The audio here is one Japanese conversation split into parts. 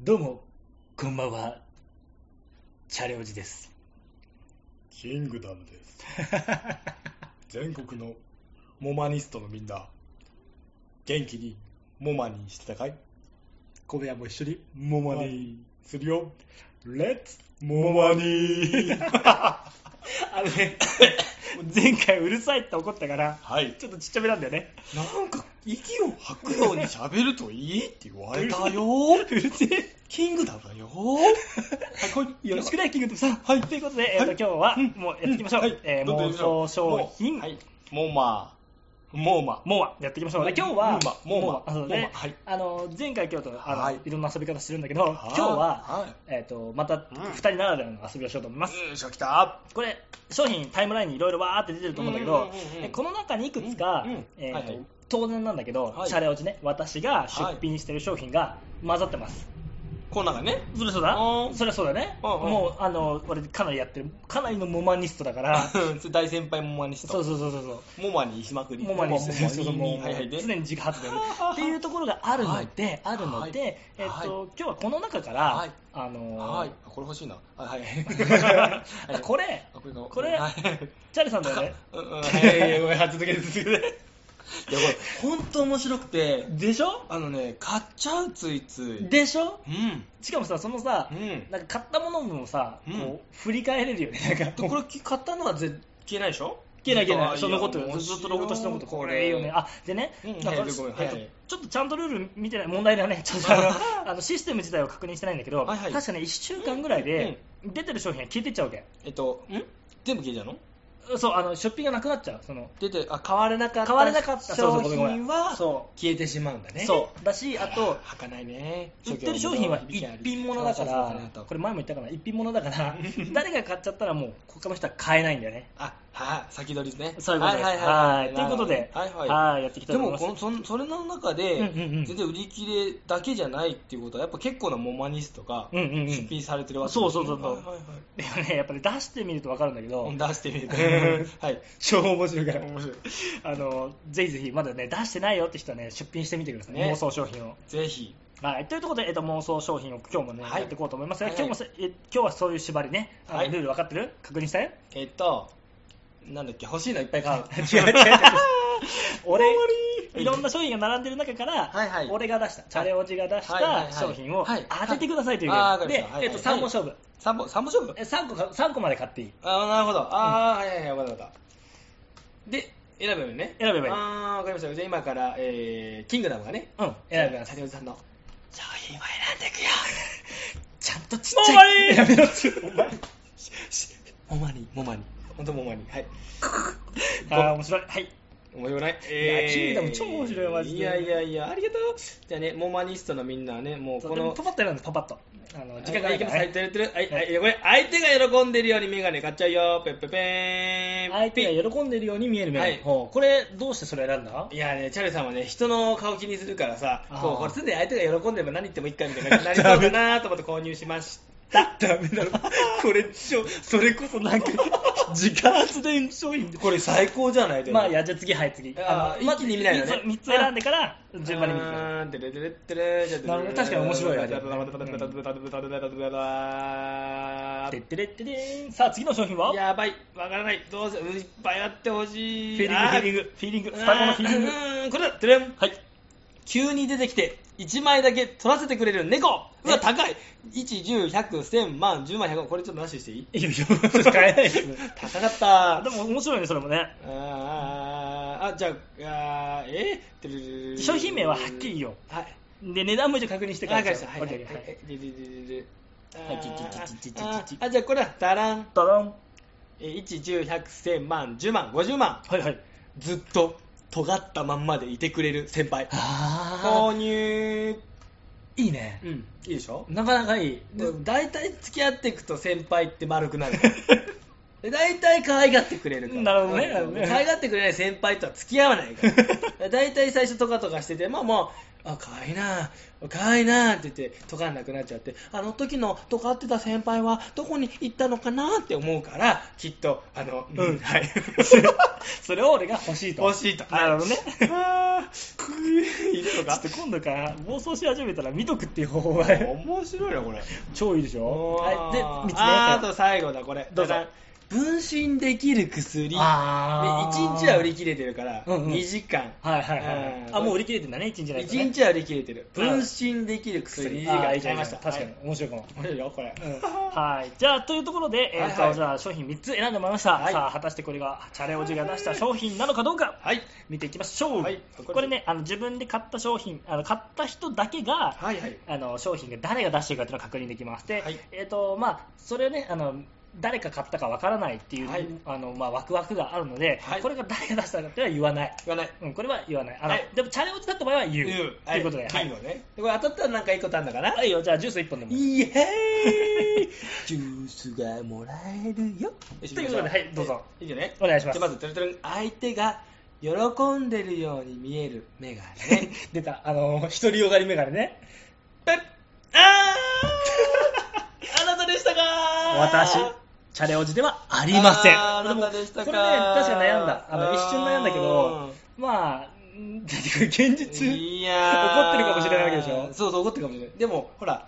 どうも、こんばんは。チャレオジです。キングダムです。全国のモマニストのみんな、元気にモマニーしてたかい今夜も一緒にモマニーするよ。レッツモマニ ーあのね、 前回うるさいって怒ったから、はい。ちょっとちっちゃめなんだよね。なんか息を吐くように喋るといいって言われ たよ。うるせ え。キングダムだよ。はい、こいよろしくね、キングとさん。はいということで、えーとは今い日は、うんもうやっていきましょう。はいえーどんどん妄行きましょう想商品、はい。モーマー。モーマー。モーマやっていきましょう。で今日は、モーマモーマあそうモーねマはいあの前回、今日とあの、はいい、ろんな遊び方してるんだけど、今はい日は、はえー、とまた2人ならではの遊びをしようと思います。い。よいしょ、来た。これ商品タイムラインにいろいろわーって出てると思うんだけど、うんうんうんうんでこの中にいくつか、うんうんえーとはいはい当然なんだけど、はいシャレオチね私が出品してる商品が混ざってます、こんなんがね。それそうだうんそれそうだね、うんうんもうあの俺かなりやってるかなりのモマニストだ からそ大先輩モマニスト。うそうそうそうそうモマにしまくり。モマニストモマそうそうもうはいはいで。常に自家発電っていうところがあるので、はいあるので、はいえっと今日はこの中から、はいあのー はい。あこれ欲しいな。はいはいあ。これあ、これがこれはい。チャレさんだよね うんうんはいはいはいごめん、続けて続け て。いや、これ、本当面白くて、でしょあのね、買っちゃうついつい。でしょうん。しかもさそのさ、うん。なんか買ったものもさ、うんこう振り返れるよね、なんかでこれ買ったのは絶消えないでしょ消えない消えあない、そのことや面ず白いっとロゴとしてのこと、これいいよね、あでね、うんなんかはいごめんはいえっとちょっとちゃんとルール見てない、問題だね、ちょっとあの あのシステム自体は確認してないんだけど、はいはい確かね、1週間ぐらいで、出てる商品が消えてっちゃうわけ、えっと、ん全部消えちゃうのそうあの出品がなくなっちゃう、その出て、あ、買われなかった。買われなかった商品は、そ消えてしまうんだう,、ね。そうだし、ああとと、履かないね売ってる商品は一品物だから、これ、前も言ったかな、一品物だから、 誰が買っちゃったら、もう他の人は買えないんだよね。あはい先取りですねそういうことです。ははいいはいはいということで、はいはいはいやっていきたいでと思いまもす。このそんそれの中うんでうんうん全然売り切れだけじゃないっていうことはやっぱ結構なモマニストがうんうんうん出品されてるわけそうそうそうそうはいはいではいもね、やっぱり出してみると分かるんだけど、出してみて はい超面白いから、面白い あのぜひぜひ、まだね、出してないよって人はね、出品してみてください、ね妄想商品を。ぜひはい、ということで、えっと、妄想商品を今日もね、はいやっていこうと思いますが、はい今日もせえ今日はそういう縛りね、あのはいルール分かってる確認したよえっとなんだっけ欲しいのいっぱい買う 違う違う違う俺、いろんな商品が並んでる中から、はいはい俺が出した、チャレオジが出しはいはいはたい商品をはい当ててくださいというゲあーーわムかりでましたは、いえっと、3本勝負、 三本三本勝負え3, 個か3個まで買っていい。ああなるほどああはいはいはいわかったわかったで選べばいいね選べばいいああわかりましたじゃあ今からえーキングダムがねうん、選選ぶべなます。谷本さんの商品を選んでいくよちゃんとちっモちマゃい。ニーやめろってお 前モマニモマニ本当モマニはいあー面白い。はい。面白くないいやキングダム超面白いマジでいやいやいやありがとうじゃあねモマニストのみんなはねもうここののパパッとやるんです、パパッと。あの時間がはいいけてま。まはすすはいいてるてるはいははいいいやこれ相手が喜んでるようにメガネ買っちゃうよペッペペーン相手が喜んでるように見える目。はいほうこれ、どうしてそれ選んだいやね、チャレさんはね、人の顔気にするからさ、あーこう、これすんで相手が喜んでれば何言ってもいいかみたいな、なりそうだなと思って購入しました。ダメだろ。これ、ちょそれこそなんか、自家発電商品で。これ最高じゃないまあ、いや、じゃあ次、はい、次。あーのま一気に見ないのね3つ選んでから、順番に見てください。てるてるてるじゃなるほど確かに面白いアイデアてってれってれーんさあ、次の商品はフやばい、わからない、どうせ、うんいっぱいあってほしい。ィーリング、フィーリング、フィーリング、双子のフィーリング。グ。うん、これだ、てれん。はい。急に出てきて1枚だけ取らせてくれる猫うわ高い110100100万10万100万これちょ っとなししていいいやいや、ちょっと買えないです。 高かったあでも面白いね、それもね。あーあじゃああーえーてるるるる商品名ははっきり言おうはいで、値段も一応確認してかわらかりでましすたよ。はいオはッいはケいーオッケーはいででででであはいちちちちちちちーあーじゃあこれはダランダダン。 1101000万10万50万はいはい。ずっと尖ったまんまでいてくれる先輩あ購ー入いいねう。んいいでしょなかなかいい。 で大体付き合っていくと先輩って丸くなるで大体可愛がってくれるからなるほどねなるほどね可愛がってくれない先輩とは付き合わないから 大体最初とかとかしててまあまああ可愛いな可愛いなって言ってとかんなくなっちゃってあの時のとかってた先輩はどこに行ったのかなって思うからきっとあのうん、はい それを俺が欲しいと欲しいとなるほどね あーくー いいとちょかっと今度から暴走し始めたら見とくっていう方法が面白いなこれ超いいでしょはいで3つねあーあと最後だこれどうぞだから分身できる薬であー1日は売り切れてるからうんうん2時間、はいはいはい、うんあもう売り切れてんだね1日だとね1日は売り切れてるうん分身できる薬2時あ間ーいいじゃんいいまじしゃたん確かに、面白いかも面白いよこれ、はい、じゃあというところで、えーとはいはいじゃあ商品3つ選んでもらいました、はいさあ果たしてこれがチャレオジが出した商品なのかどうかはい見ていきましょう、はいこれねあの自分で買った商品あの買った人だけが、はいはいあの商品が誰が出してるかっていうのを確認できまして、はいえーとまあ、それをねあの誰か買ったかわからないっていう、はいあのまあ、ワクワクがあるので、はいこれが誰が出したかっていうのは言わない、言わないうん、これは言わないあの、はいでもチャレオジだった場合は言う、言うということで、ははいい金をねでこれ当たったらなんかいいことあるのかなはいよじゃあジュース1本でもイエーイジュースがもらえるよとということではいどうぞいいよねお願いしまじすゃあまずトゥルトゥルン相手が喜んでるように見えるメガネ出た、あのー、独りよがりメガネね。ペッあーあなたでしたかー私、チャレオジではありません。あーあなたでしたかーこれね、確か悩んだ。あの、あー一瞬悩んだけど、まあ、んだってこれ現実。いや怒ーってるかもしれないわけでしょそうそう怒ってるかもしれないでもほら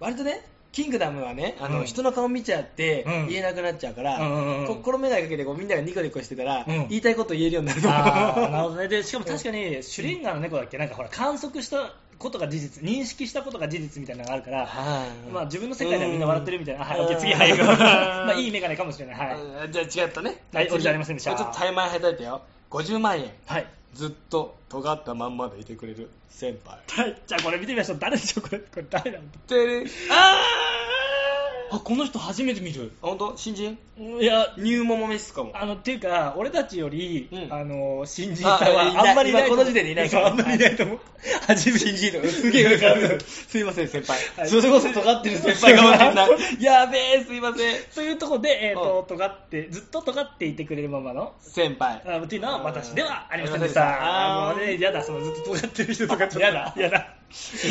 割とねキングダムはねあの、うん人の顔見ちゃってうん言えなくなっちゃうから、うんうんうんこ心目がけてこうみんながニコニコしてたら、うん言いたいこと言えるようになると思うあーなるほどね。で、しかも確かに、シュレンガーの猫だっけ、なんかほら、観測したことが事実、認識したことが事実みたいなのがあるから、はいまあ自分の世界ではみんな笑ってるみたいな。はい、オッケー次、うんはい。 うんまあいいメガネかもしれない。はい。あじゃあ違ったねはい俺じゃありませんでしたこれちょっとタイマー入ったよ50万円はい。ずっと尖ったまんまでいてくれる先輩はいじゃあこれ見てみましょう。誰でしょうこれ、これ誰なんだてれあーあ、この人初めて見る。本当新人いや、ニューモモメスかもあのっていうか、俺たちより、うんあの新人さんあいなはいあんまりいないと思う今この時点でいないからそうあんまりいないと思う。初めて新人とかすすげげええ上上かから らすいません先輩、はいそれこそ尖ってる先輩がわかんない やべえすいませんというところで、えーとう尖ってずっと尖っていてくれるままの。先輩あっていうのは私ではありませんでしあーた。あもうね、やだ、そのずっと尖ってる人とかちょっとやだやだ。先輩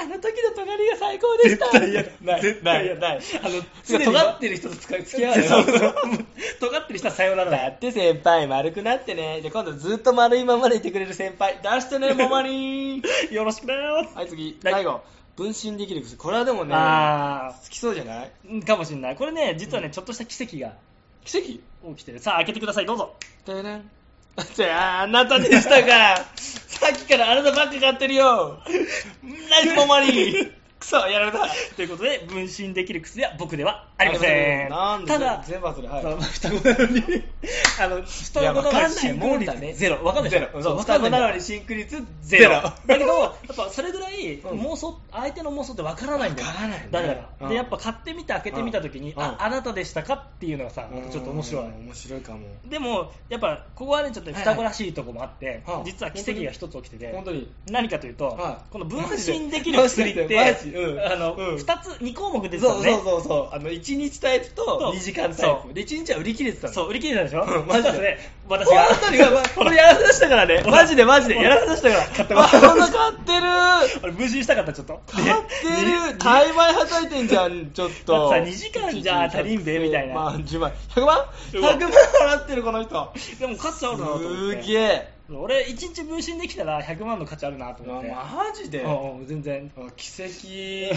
あの時の尖りが最高でした絶対嫌だない絶対嫌だないないあの、そ常れに尖ってる人と付き合わないそうそう 尖ってる人はさようならだだよ。って先輩丸くなってねじゃあ今度ずっと丸いままでいてくれる先輩出してねもまによろしくだよ。 はい次はい最後分身できる薬これはでもねあ好きそうじゃないーうんかもしれない。これね、実はね、ちょっとした奇跡が奇跡起きてる。さあ、開けてください、どうぞ。てれんじゃああなたでした かさっきからあなたばっか買ってる よナイスモマリークソやられた ということで、分身できる薬は僕ではありません。なんでただ、全部忘れはあいの双子なのに、あの、双いや子わなのかんにない進も行んだね率ゼロ。わかんないでしゼょロそそうう、双双子子ななののににシンク率ゼゼロ。ロだけど、やっぱそれぐらいうん妄想、相手の妄想ってわからないんだよ。わからないね誰だか、うんで、やっぱ買ってみて開けてみたときに、うんあ、あなたでしたかっていうのがさ、ちょっと面白い。面白いかもでも、やっぱここはね、ちょっと双子らしいとこもあって、はいはい実は奇跡が一つ起きてて、本当に何かというと、はいこの分身できる薬っマてジ、でマジうんあの、うん2つ、2項目出てたそのうね。そうそうそうあの1日タイプそとう2時間タイそプで1日は売り切れてたのそう、売り切れたでしょうんマジでだって私このが。辺りは、まあ、これやらせだした からね。マジでマジで、やらせだしたから。買ってまますだ買ってる俺、無心したかった、ちょっと。買ってる大枚はたいてんじゃん、ちょっと。だってさ2時間じゃ足りんべみたいなまあ、10万。100万 ?100 100万万払ってる、この人。すででも価値あるなと思って。げえ。俺、一日分身できたら100万の価値あるなと思って。マジでうんうん、全然。奇跡。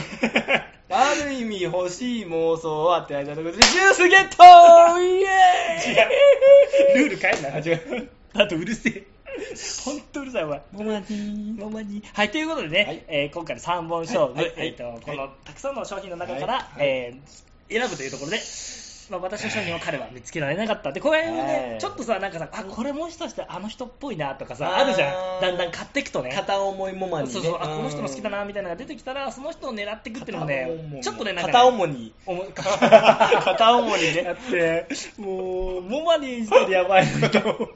ある意味欲しい妄想を与えたところで、ジュースゲットイエーイルール変えんな。あ違う。あと、うるせえ。ほんとうるさい、お前。モマニー。ままにはいということでね、はいえー今回の3本勝負、はいはいえーとはいこのたくさんの商品の中から、はいはいえー選ぶというところで、まあ、私の商品を彼は見つけられなかったでこれはね、はいちょっとさなんかさあこれもしかしてあの人っぽいなとかさああーるじゃんだんだん買っていくとね片思いモマニーね。そうそうあんこの人も好きだなみたいなのが出てきたらその人を狙っていくっていうのもねちょっとねなんかね片思に思 い片思にだねってもうモマニー時点でやばいんだけど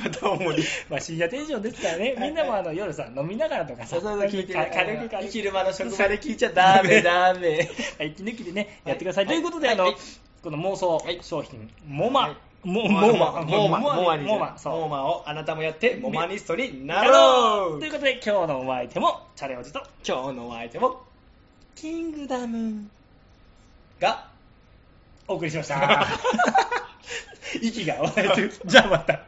片思い まあ深夜テンションですからね、みんなもあの夜さ、飲みながらとかさ、そうそうそう聞いてかる軽く軽く、昼間の職場で聞いちゃダメダメはい息抜きでね、やってください。はいということで、はあいのはい、この妄想はい商品、モマ、モモモーマ、モーマモーマにモーマ、モーそマをあなたもやってモマニストにう。なろうということで、今日のお相手も、チャレおじと、今日のお相手もキングダムがお送りしました。 息が合わないというじゃ あまた。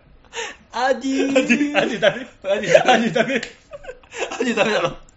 アディーアディアディダメアディダメアディダメアディダメだろ